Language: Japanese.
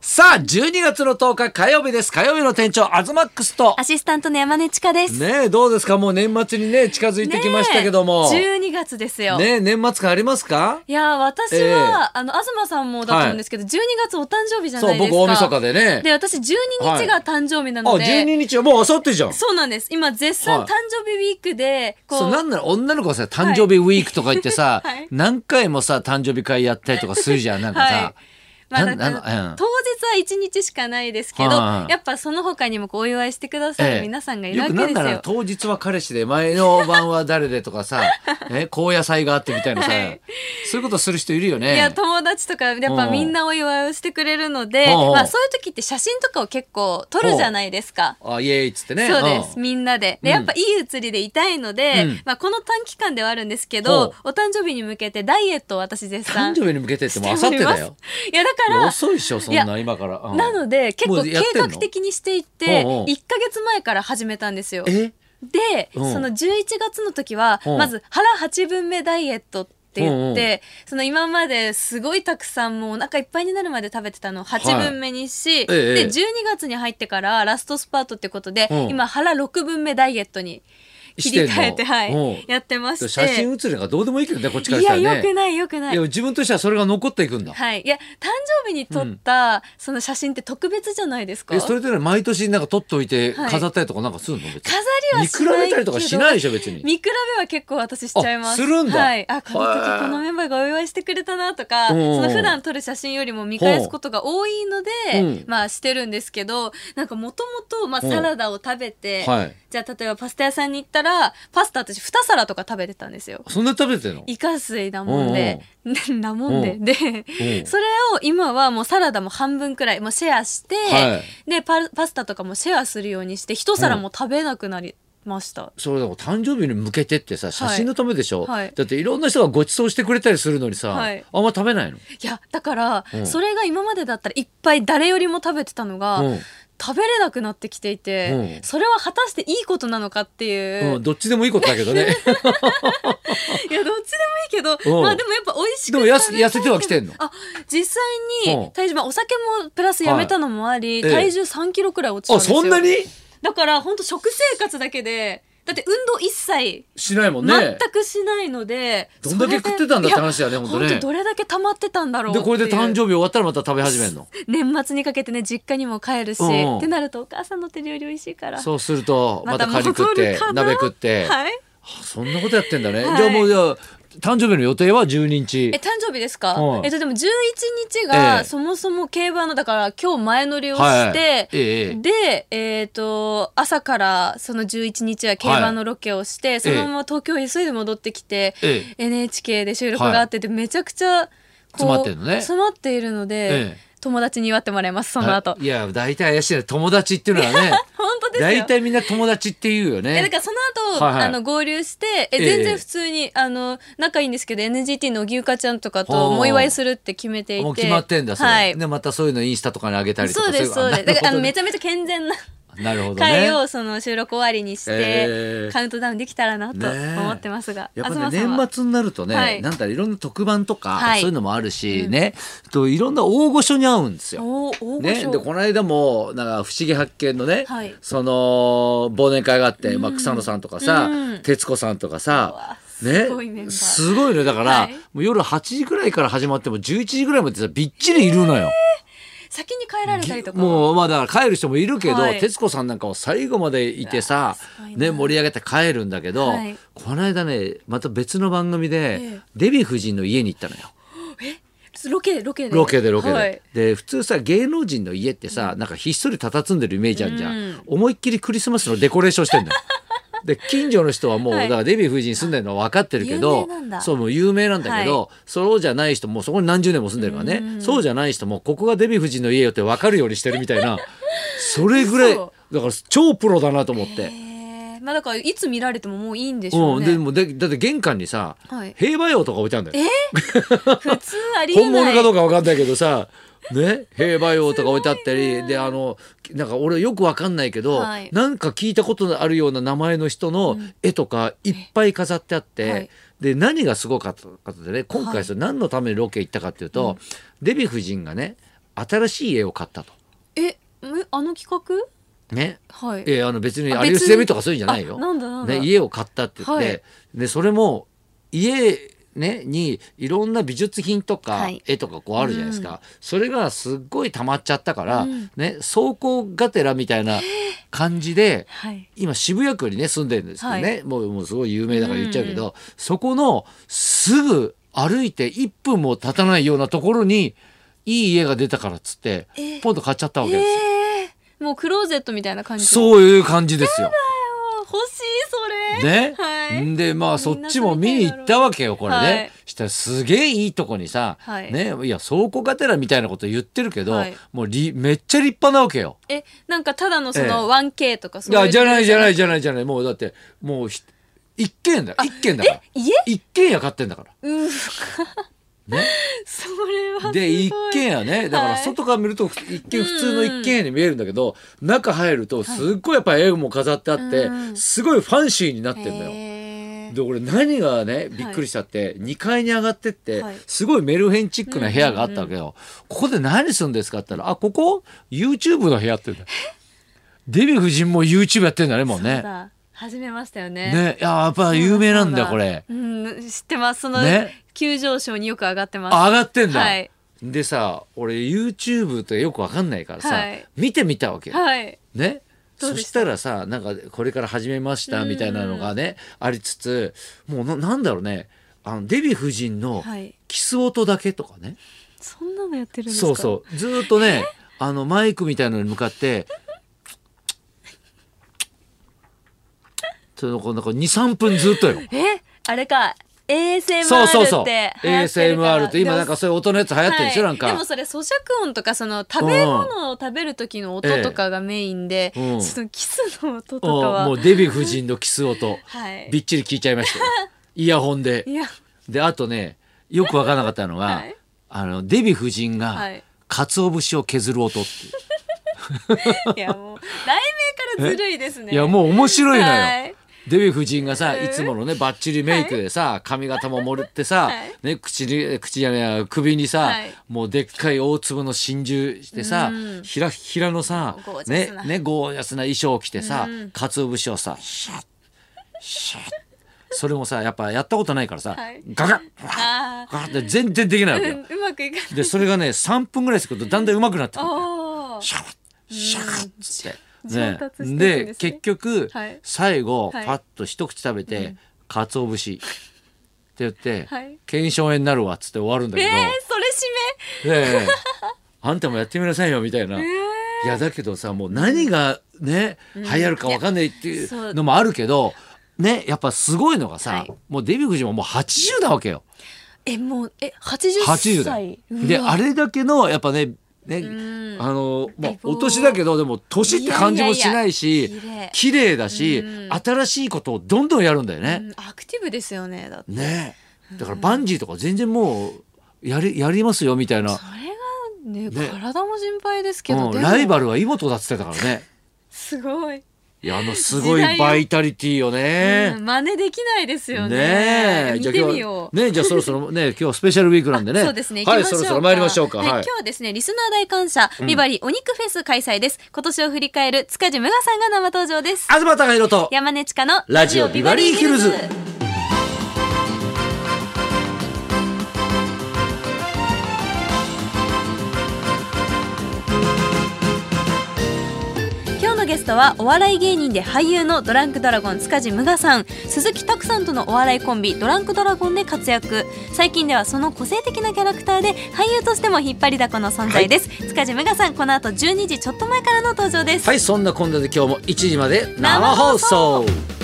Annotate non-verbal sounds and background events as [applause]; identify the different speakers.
Speaker 1: さあ、12月の10日火曜日です。火曜日の店長、アズマックスと。
Speaker 2: アシスタントの山根千佳です。
Speaker 1: ねえ、どうですかもう年末にね、近づいてきましたけども。ね
Speaker 2: 12月ですよ。
Speaker 1: え、年末感ありますか
Speaker 2: いやー私は、
Speaker 1: ええ
Speaker 2: あの東さんもだと思うんですけど、12月お誕生日じゃ
Speaker 1: そ
Speaker 2: な
Speaker 1: う、
Speaker 2: いです
Speaker 1: 僕
Speaker 2: か。
Speaker 1: 大晦日でね。
Speaker 2: で私12日が誕生日な
Speaker 1: あ、
Speaker 2: ので、
Speaker 1: 12日はもう明後日じゃん。
Speaker 2: そうなんです。今絶賛
Speaker 1: は
Speaker 2: 誕
Speaker 1: い
Speaker 2: 生日ウィークでこ
Speaker 1: そう
Speaker 2: う
Speaker 1: なんなら女の子はさ誕生日ウィークとか言ってさ、
Speaker 2: はいはい
Speaker 1: 何回もさ誕生日会やったりとかするじゃんなんかさ、
Speaker 2: はいまあ、
Speaker 1: なん
Speaker 2: だから
Speaker 1: なんうん
Speaker 2: 当日は1日しかないですけど、
Speaker 1: はいはい
Speaker 2: やっぱその他にもこうお祝いしてくださ
Speaker 1: ええ
Speaker 2: る皆さんがいるわけ
Speaker 1: く
Speaker 2: で
Speaker 1: なん
Speaker 2: すよ。
Speaker 1: なら当日は彼氏で前の晩は誰でとか
Speaker 2: [laughs]
Speaker 1: さ、え高野菜があってみたいなさ、
Speaker 2: はい
Speaker 1: そういうことする人いるよね。
Speaker 2: いや友達とかやっぱみんなお祝いをしてくれるので、
Speaker 1: うんうん
Speaker 2: まあ、そういう時って写真とかを結構撮るじゃないですか。
Speaker 1: あイエーイっつってね。
Speaker 2: そうです、
Speaker 1: ん
Speaker 2: みんなでで
Speaker 1: うん
Speaker 2: やっぱいい写りでいたいので、
Speaker 1: うん
Speaker 2: まあ、この短期間ではあるんですけ
Speaker 1: ほ
Speaker 2: どお誕生日に向けてダイエットを私絶
Speaker 1: 誕
Speaker 2: 賛
Speaker 1: 生日に向けてってもう明
Speaker 2: して
Speaker 1: 後
Speaker 2: お
Speaker 1: 日
Speaker 2: りま
Speaker 1: だ
Speaker 2: す
Speaker 1: よ。
Speaker 2: いやだか
Speaker 1: いや
Speaker 2: ら
Speaker 1: 遅いっしょそん
Speaker 2: い
Speaker 1: な今から。うん
Speaker 2: なので結構
Speaker 1: もう
Speaker 2: 計
Speaker 1: やってんの
Speaker 2: 画的にしていって
Speaker 1: うんうん
Speaker 2: 1ヶ月前から始めたんですよ。
Speaker 1: え
Speaker 2: で、
Speaker 1: うん
Speaker 2: その11月の時は、
Speaker 1: うん
Speaker 2: まず腹8分目ダイエットって言って、
Speaker 1: うん
Speaker 2: その今まですごいたくさんもうお腹いっぱいになるまで食べてたのを8分目にし、
Speaker 1: ええ
Speaker 2: で12月に入ってからラストスパートってことで、
Speaker 1: うん
Speaker 2: 今腹6分目ダイエットに切り替え
Speaker 1: して
Speaker 2: て
Speaker 1: んの
Speaker 2: はい、
Speaker 1: うん
Speaker 2: やってまして
Speaker 1: 写真写るのがどうでもいいけどねこっちから
Speaker 2: い
Speaker 1: した
Speaker 2: や
Speaker 1: らね。
Speaker 2: よくないよくない
Speaker 1: や
Speaker 2: い。
Speaker 1: 自分としてはそれが残っていくんだ。
Speaker 2: はい、いや誕生日に撮った、その写真って特別じゃないですか
Speaker 1: えそれってね毎年なんか取っておいて
Speaker 2: はい
Speaker 1: 飾ったりとかなんかするの別に
Speaker 2: 飾りは
Speaker 1: 見
Speaker 2: し
Speaker 1: 比
Speaker 2: ない
Speaker 1: べ
Speaker 2: け
Speaker 1: たりと
Speaker 2: ど
Speaker 1: かしないでしょ別に
Speaker 2: 見比べは結構私しちゃいます
Speaker 1: あするんだ
Speaker 2: はい、あこの
Speaker 1: へえ
Speaker 2: 時このメンバーがお祝いしてくれたなとか
Speaker 1: う
Speaker 2: そ
Speaker 1: んうんうん
Speaker 2: の普段撮る写真よりも見返すことが多いので、
Speaker 1: うん
Speaker 2: まあしてるんですけどなんかもともとまあ
Speaker 1: うん
Speaker 2: サラダを食べて、
Speaker 1: はい
Speaker 2: じゃあ例えばパスタ屋さんに行ったらパスタ私2皿とか食べてたんですよ。
Speaker 1: そんな食べてんの
Speaker 2: イカ水だもんで、 [laughs] なもんで、
Speaker 1: うん
Speaker 2: で、
Speaker 1: うん
Speaker 2: それを今はもうサラダも半分くらいもうシェアして、
Speaker 1: はい
Speaker 2: でパパスタとかもシェアするようにして一皿も食べなくなりました、
Speaker 1: それでも誕生日に向けてってさ写真のためでしょ、
Speaker 2: はい
Speaker 1: だっていろんな人がご馳走してくれたりするのにさ、
Speaker 2: はい
Speaker 1: あんま食べないの、
Speaker 2: いやだから、
Speaker 1: うん
Speaker 2: それが今までだったらいっぱい誰よりも食べてたのが、
Speaker 1: うん
Speaker 2: 食べれなくなってきていて、
Speaker 1: うん
Speaker 2: それは果たしていいことなのかっていう、
Speaker 1: うん、どっちでもいいことだけどね
Speaker 2: [laughs] いやどっちでもいいけど、
Speaker 1: うん
Speaker 2: まあでもやっぱ美味しく
Speaker 1: でもやす痩せてはきてんの
Speaker 2: あ実際
Speaker 1: うん
Speaker 2: に体重、まあ、お酒もプラスやめたのもあり、
Speaker 1: はいええ
Speaker 2: 体重3キロくらい落ちたん
Speaker 1: あ
Speaker 2: ですよ
Speaker 1: そんなに
Speaker 2: だから本当食生活だけでだって運動一切
Speaker 1: しないもんね
Speaker 2: 全くしないので、
Speaker 1: どんだけ食ってたんだって話だね
Speaker 2: ほ
Speaker 1: ほ
Speaker 2: ん
Speaker 1: ん
Speaker 2: と
Speaker 1: とね
Speaker 2: どれだけ溜まってたんだろうっ
Speaker 1: で
Speaker 2: ていう
Speaker 1: これで誕生日終わったらまた食べ始めるの
Speaker 2: 年末にかけてね実家にも帰るし、
Speaker 1: うん
Speaker 2: ってなるとお母さんの手料理美味しいから
Speaker 1: そうするとまたカニ
Speaker 2: 戻
Speaker 1: 食って
Speaker 2: るかな
Speaker 1: 鍋食って、
Speaker 2: はい
Speaker 1: あそんなことやってんだね、
Speaker 2: はい
Speaker 1: じゃあもうじゃあ誕生日の予定は12日
Speaker 2: え誕生日ですか、
Speaker 1: うん
Speaker 2: えっとでも11日
Speaker 1: ええ
Speaker 2: がそもそも競馬のだから今日前乗りをして、
Speaker 1: はいええ
Speaker 2: でえっ、と朝からその11日は競馬のロケをして、そのまま東京へ急いで戻ってきて、
Speaker 1: ええ
Speaker 2: NHK で収録があってて、めちゃくちゃこう
Speaker 1: 詰まってんのね
Speaker 2: 詰まっているので、
Speaker 1: ええ
Speaker 2: 友達に祝ってもらいますその後、
Speaker 1: いや大体怪しいね友達っていうのはね
Speaker 2: 本当 [laughs] ですよ
Speaker 1: 大体みんな友達っていうよ
Speaker 2: えだ
Speaker 1: ね
Speaker 2: からその後、
Speaker 1: はいはい
Speaker 2: あの合流してえ
Speaker 1: ええ
Speaker 2: 全然普通に、あの仲いいんですけど NGT の荻生かちゃんとか
Speaker 1: ほう
Speaker 2: ともお祝いするって決めていて
Speaker 1: もう決まってんだそれ、
Speaker 2: はい
Speaker 1: でまたそういうのインスタとかに上げたりとか
Speaker 2: そうですそうですだからあのめ
Speaker 1: ち
Speaker 2: ちゃめちゃ健全な
Speaker 1: ゃなるほどね
Speaker 2: 会をその収録終わりにして、
Speaker 1: ええ
Speaker 2: カウントダウンできたらなと
Speaker 1: ねえ
Speaker 2: 思ってますが、
Speaker 1: やっぱ
Speaker 2: 東
Speaker 1: ね
Speaker 2: さんは
Speaker 1: 年末になるとね、
Speaker 2: はい
Speaker 1: なんだろういろんな特番とか、
Speaker 2: はい
Speaker 1: そういうのもあるしね、といろんな大御所に会うんですよ。
Speaker 2: おー大御
Speaker 1: ね、
Speaker 2: 所、
Speaker 1: でこの間もなんか「不思議発見」のね、
Speaker 2: はい
Speaker 1: その忘年会があって、まあ、草野さんとかさ、
Speaker 2: うん
Speaker 1: 徹子さんとか
Speaker 2: う
Speaker 1: さ
Speaker 2: わ、
Speaker 1: ね
Speaker 2: すごいメン、バー
Speaker 1: すごいねだから、
Speaker 2: はい
Speaker 1: もう夜8時ぐらいから始まっても11時ぐらいまでさびっちりいるのよ。
Speaker 2: 先に帰られたりとか
Speaker 1: もうまあだから帰る人もいるけど、
Speaker 2: はい
Speaker 1: 徹子さんなんかは最後までいてさ
Speaker 2: うわーすごいな
Speaker 1: ね、盛り上げて帰るんだけど、
Speaker 2: はい
Speaker 1: この間ねまた別の番組で、
Speaker 2: ええ
Speaker 1: デヴィ夫人の家に行ったのよ。
Speaker 2: ロケロケで
Speaker 1: ロケでロケで、
Speaker 2: はい
Speaker 1: で普通さ芸能人の家ってさなんかひっそり佇んでるイメージあるじゃん、
Speaker 2: うん
Speaker 1: 思いっきりクリスマスのデコレーションしてん
Speaker 2: [laughs]
Speaker 1: のよで近所の人はもう、
Speaker 2: はい
Speaker 1: だからデヴィ夫人住んでるのは分かってるけど
Speaker 2: 有名なんだ
Speaker 1: そうもう有名なんだけど、そうじゃない人もそこに何十年も住んでるからね、
Speaker 2: うん
Speaker 1: そうじゃない人もここがデヴィ夫人の家よって分かるようにしてるみたい
Speaker 2: [laughs]
Speaker 1: なそれぐらいだか
Speaker 2: 嘘
Speaker 1: ら超プロだなと思って。
Speaker 2: へーまあだからいつ見られてももういいんでしょ
Speaker 1: う、
Speaker 2: うんね、
Speaker 1: でもでだって玄関にさ、
Speaker 2: はい
Speaker 1: 兵馬俑とか置いてあるんだよ。
Speaker 2: 普通ありえない
Speaker 1: 本物かどうか分かんないけどさね兵馬俑とか置いてあったりであのなんか俺よく分かんないけど、
Speaker 2: はい
Speaker 1: なんか聞いたことのあるような名前の人の絵とかいっぱい飾ってあって、
Speaker 2: えはい
Speaker 1: で何がすごかったかってね今
Speaker 2: は
Speaker 1: 回
Speaker 2: い
Speaker 1: それ何のためにロケ行ったかっていうと、デヴィ夫人がね新しい絵を買ったと。
Speaker 2: えむあの企画
Speaker 1: ね。
Speaker 2: はい
Speaker 1: えあの別に
Speaker 2: あ
Speaker 1: あれ
Speaker 2: 別
Speaker 1: 捨
Speaker 2: に
Speaker 1: てるとかそういうんじゃないよ。
Speaker 2: あなんだなんだ
Speaker 1: ね、家を買ったって言って、
Speaker 2: はい
Speaker 1: でそれも家ね、にいろんな美術品とか
Speaker 2: はい
Speaker 1: 絵とかこうあるじゃないですか、それがすっごい溜まっちゃったから、
Speaker 2: うん
Speaker 1: ね、走行がてらみたいな感じで、
Speaker 2: はい
Speaker 1: 今渋谷区にね住んでるんですけどね、
Speaker 2: はい
Speaker 1: もうもうすごい有名だから言っちゃうけど、そこのすぐ歩いて1分も経たないようなところにいい家が出たからっつって
Speaker 2: え
Speaker 1: ポンと買っちゃったわけですよ、
Speaker 2: えー、もうクローゼットみたいな感じう
Speaker 1: そういう感じですよ。
Speaker 2: 欲しいそれ
Speaker 1: ね、
Speaker 2: はい
Speaker 1: んでまあそっちも見に行ったわけよこれね、
Speaker 2: はい
Speaker 1: したらすげえいいとこにさ、
Speaker 2: はい
Speaker 1: ね、いや倉庫がてらみたいなこと言ってるけど、
Speaker 2: はい
Speaker 1: もうりめっちゃ立派なわけよ。
Speaker 2: えなんかただのそ
Speaker 1: ええ
Speaker 2: の 1K とか
Speaker 1: い
Speaker 2: そういう
Speaker 1: やじゃないじゃないいじゃないじゃないもうだってもうひ一軒だよ一軒だから
Speaker 2: え家
Speaker 1: 一軒家買ってんだから。
Speaker 2: うわ
Speaker 1: ね、
Speaker 2: [laughs] それはすごい
Speaker 1: で一軒家ねだか
Speaker 2: は
Speaker 1: ら
Speaker 2: い
Speaker 1: 外から見ると一見普通の一軒家に見えるんだけど、中入るとすっごいやっぱ絵も飾ってあって、
Speaker 2: うん
Speaker 1: すごいファンシーになってんだよ。
Speaker 2: へー
Speaker 1: で俺何がねびっくりしたって、2階に上がってって、
Speaker 2: はい
Speaker 1: すごいメルヘンチックな部屋があったわけよ、ここで何するんですかって言ったら「あここ YouTube の部屋」って言うんだよデヴィ夫人も YouTube やってんだねもう
Speaker 2: そう
Speaker 1: ね。
Speaker 2: だ始めましたよね
Speaker 1: ねいややっぱ有名なんだよこれ。
Speaker 2: うん知ってますその、
Speaker 1: ね
Speaker 2: 急上昇によく上がってます
Speaker 1: あ上がってんだ、
Speaker 2: はい
Speaker 1: でさ俺 YouTube ってよくわかんないからさ、
Speaker 2: はい
Speaker 1: 見てみたわけよ。
Speaker 2: はい
Speaker 1: ね
Speaker 2: どう
Speaker 1: そ
Speaker 2: で
Speaker 1: し
Speaker 2: した
Speaker 1: らさなんかこれから始めましたみたいなのがねありつつもうななんだろうねあのデヴィ夫人の
Speaker 2: はい
Speaker 1: キス音だけとかね、
Speaker 2: そんなのやってるんですか
Speaker 1: そうそうずーっとねあのマイクみたいなのに向かってそのこうなんか23分ずっとよ。
Speaker 2: うえあれか ASMR って
Speaker 1: そうそうそう
Speaker 2: 流行ってるから
Speaker 1: ASMR って今なんかそういう音のやつ流行ってるでしょ、
Speaker 2: はい
Speaker 1: なんか。
Speaker 2: でもそれ咀嚼音とかその食べ物を食べる時の音とかがメインで、
Speaker 1: ええうん
Speaker 2: そのキスの音とか
Speaker 1: うん
Speaker 2: は
Speaker 1: もうデヴィ夫人のキス音、
Speaker 2: はい
Speaker 1: びっちり聞いちゃいましたよイヤホンで
Speaker 2: いや
Speaker 1: であとねよくわからなかったのが、
Speaker 2: はい
Speaker 1: あのデヴィ夫人が、
Speaker 2: はい
Speaker 1: 鰹節を削る音っていう
Speaker 2: いやもう題名からずるいですね
Speaker 1: いやもう面白いのよ、
Speaker 2: はい
Speaker 1: デヴィ夫人がさ
Speaker 2: うん
Speaker 1: いつものねバッチリメイクでさ、髪型も盛ってさ、
Speaker 2: [laughs] はい
Speaker 1: ね、口に口じゃねえ首にさ、
Speaker 2: はい
Speaker 1: もうでっかい大粒の真珠してさ、
Speaker 2: うん
Speaker 1: ひらひらのさ
Speaker 2: ゴージャ
Speaker 1: ね
Speaker 2: スな
Speaker 1: ね、ゴージャスな衣装を着てさ、
Speaker 2: うん
Speaker 1: 鰹節をさシャッシャッそれもさやっぱやったことないからさ、
Speaker 2: はい
Speaker 1: ガガッ
Speaker 2: あ
Speaker 1: ガッって全然できないわけ
Speaker 2: ー
Speaker 1: よ。
Speaker 2: うんうまくいかない
Speaker 1: でそれがね3分ぐらいするとだんだん上手くなってくる
Speaker 2: おー
Speaker 1: シャカッシャカッつって。
Speaker 2: 上達していくんですね
Speaker 1: で結局、
Speaker 2: はい
Speaker 1: 最後パ
Speaker 2: はい
Speaker 1: ッと一口食べて、鰹節って言って、
Speaker 2: はい
Speaker 1: 腱鞘炎になるわっつって終わるんだ
Speaker 2: え
Speaker 1: け
Speaker 2: ー
Speaker 1: ど、
Speaker 2: それ
Speaker 1: であんたもやってみなさいよみたいな、
Speaker 2: 締め、えー
Speaker 1: いやだけどさもう何がね、流行るかわかんないってい
Speaker 2: やそう
Speaker 1: うのもあるけどねやっぱすごいのがさ、
Speaker 2: はい
Speaker 1: もうデヴィ夫人ももう80なわけよ。
Speaker 2: えもうえ八十
Speaker 1: 80代
Speaker 2: 歳
Speaker 1: であれだけのやっぱねね
Speaker 2: ん
Speaker 1: あのまあ
Speaker 2: 美貌
Speaker 1: お年だけどでも年って感じもしないし
Speaker 2: いやいやいや
Speaker 1: 綺麗だし
Speaker 2: うん
Speaker 1: 新しいことをどんどんやるんだよ
Speaker 2: う
Speaker 1: ね。
Speaker 2: んアクティブですよねだって
Speaker 1: ねだからバンジーとか全然もうやりやりますよみたいな
Speaker 2: そ、れがね
Speaker 1: ね
Speaker 2: 体も心配ですけど、
Speaker 1: うん、
Speaker 2: でも
Speaker 1: ライバルはイモトだっつってたからね。
Speaker 2: すごい、
Speaker 1: いやあのすご
Speaker 2: 時代
Speaker 1: い
Speaker 2: を
Speaker 1: バイタリティよね。
Speaker 2: うん真似できないですよ
Speaker 1: ね
Speaker 2: ね
Speaker 1: え
Speaker 2: 見てみよう
Speaker 1: じゃあ今日ねじゃあそろそろね今日はスペシャルウィークなんでね。
Speaker 2: [laughs] そうですね。
Speaker 1: はい
Speaker 2: 行き
Speaker 1: そろ
Speaker 2: ましょうか
Speaker 1: そろ参りましょうか。
Speaker 2: はい、今日はですね、リスナー大感謝、ビバリーお肉フェス開催です。今年を振り返る塚地無我さんが生登場です。
Speaker 1: 東貴博と
Speaker 2: 山根千佳の
Speaker 1: ラジオビバリーヒルズ
Speaker 2: 今日のゲストはお笑い芸人で俳優のドランクドラゴン塚地無我さん鈴木拓さんとのお笑いコンビドランクドラゴンで活躍最近ではその個性的なキャラクターで俳優としても引っ張りだこの存在です、塚地無我さんこの後12時ちょっと前からの登場です
Speaker 1: はい、そんなこんなで今日も1時まで
Speaker 2: 生
Speaker 1: 生
Speaker 2: 放
Speaker 1: 放
Speaker 2: 送
Speaker 1: 送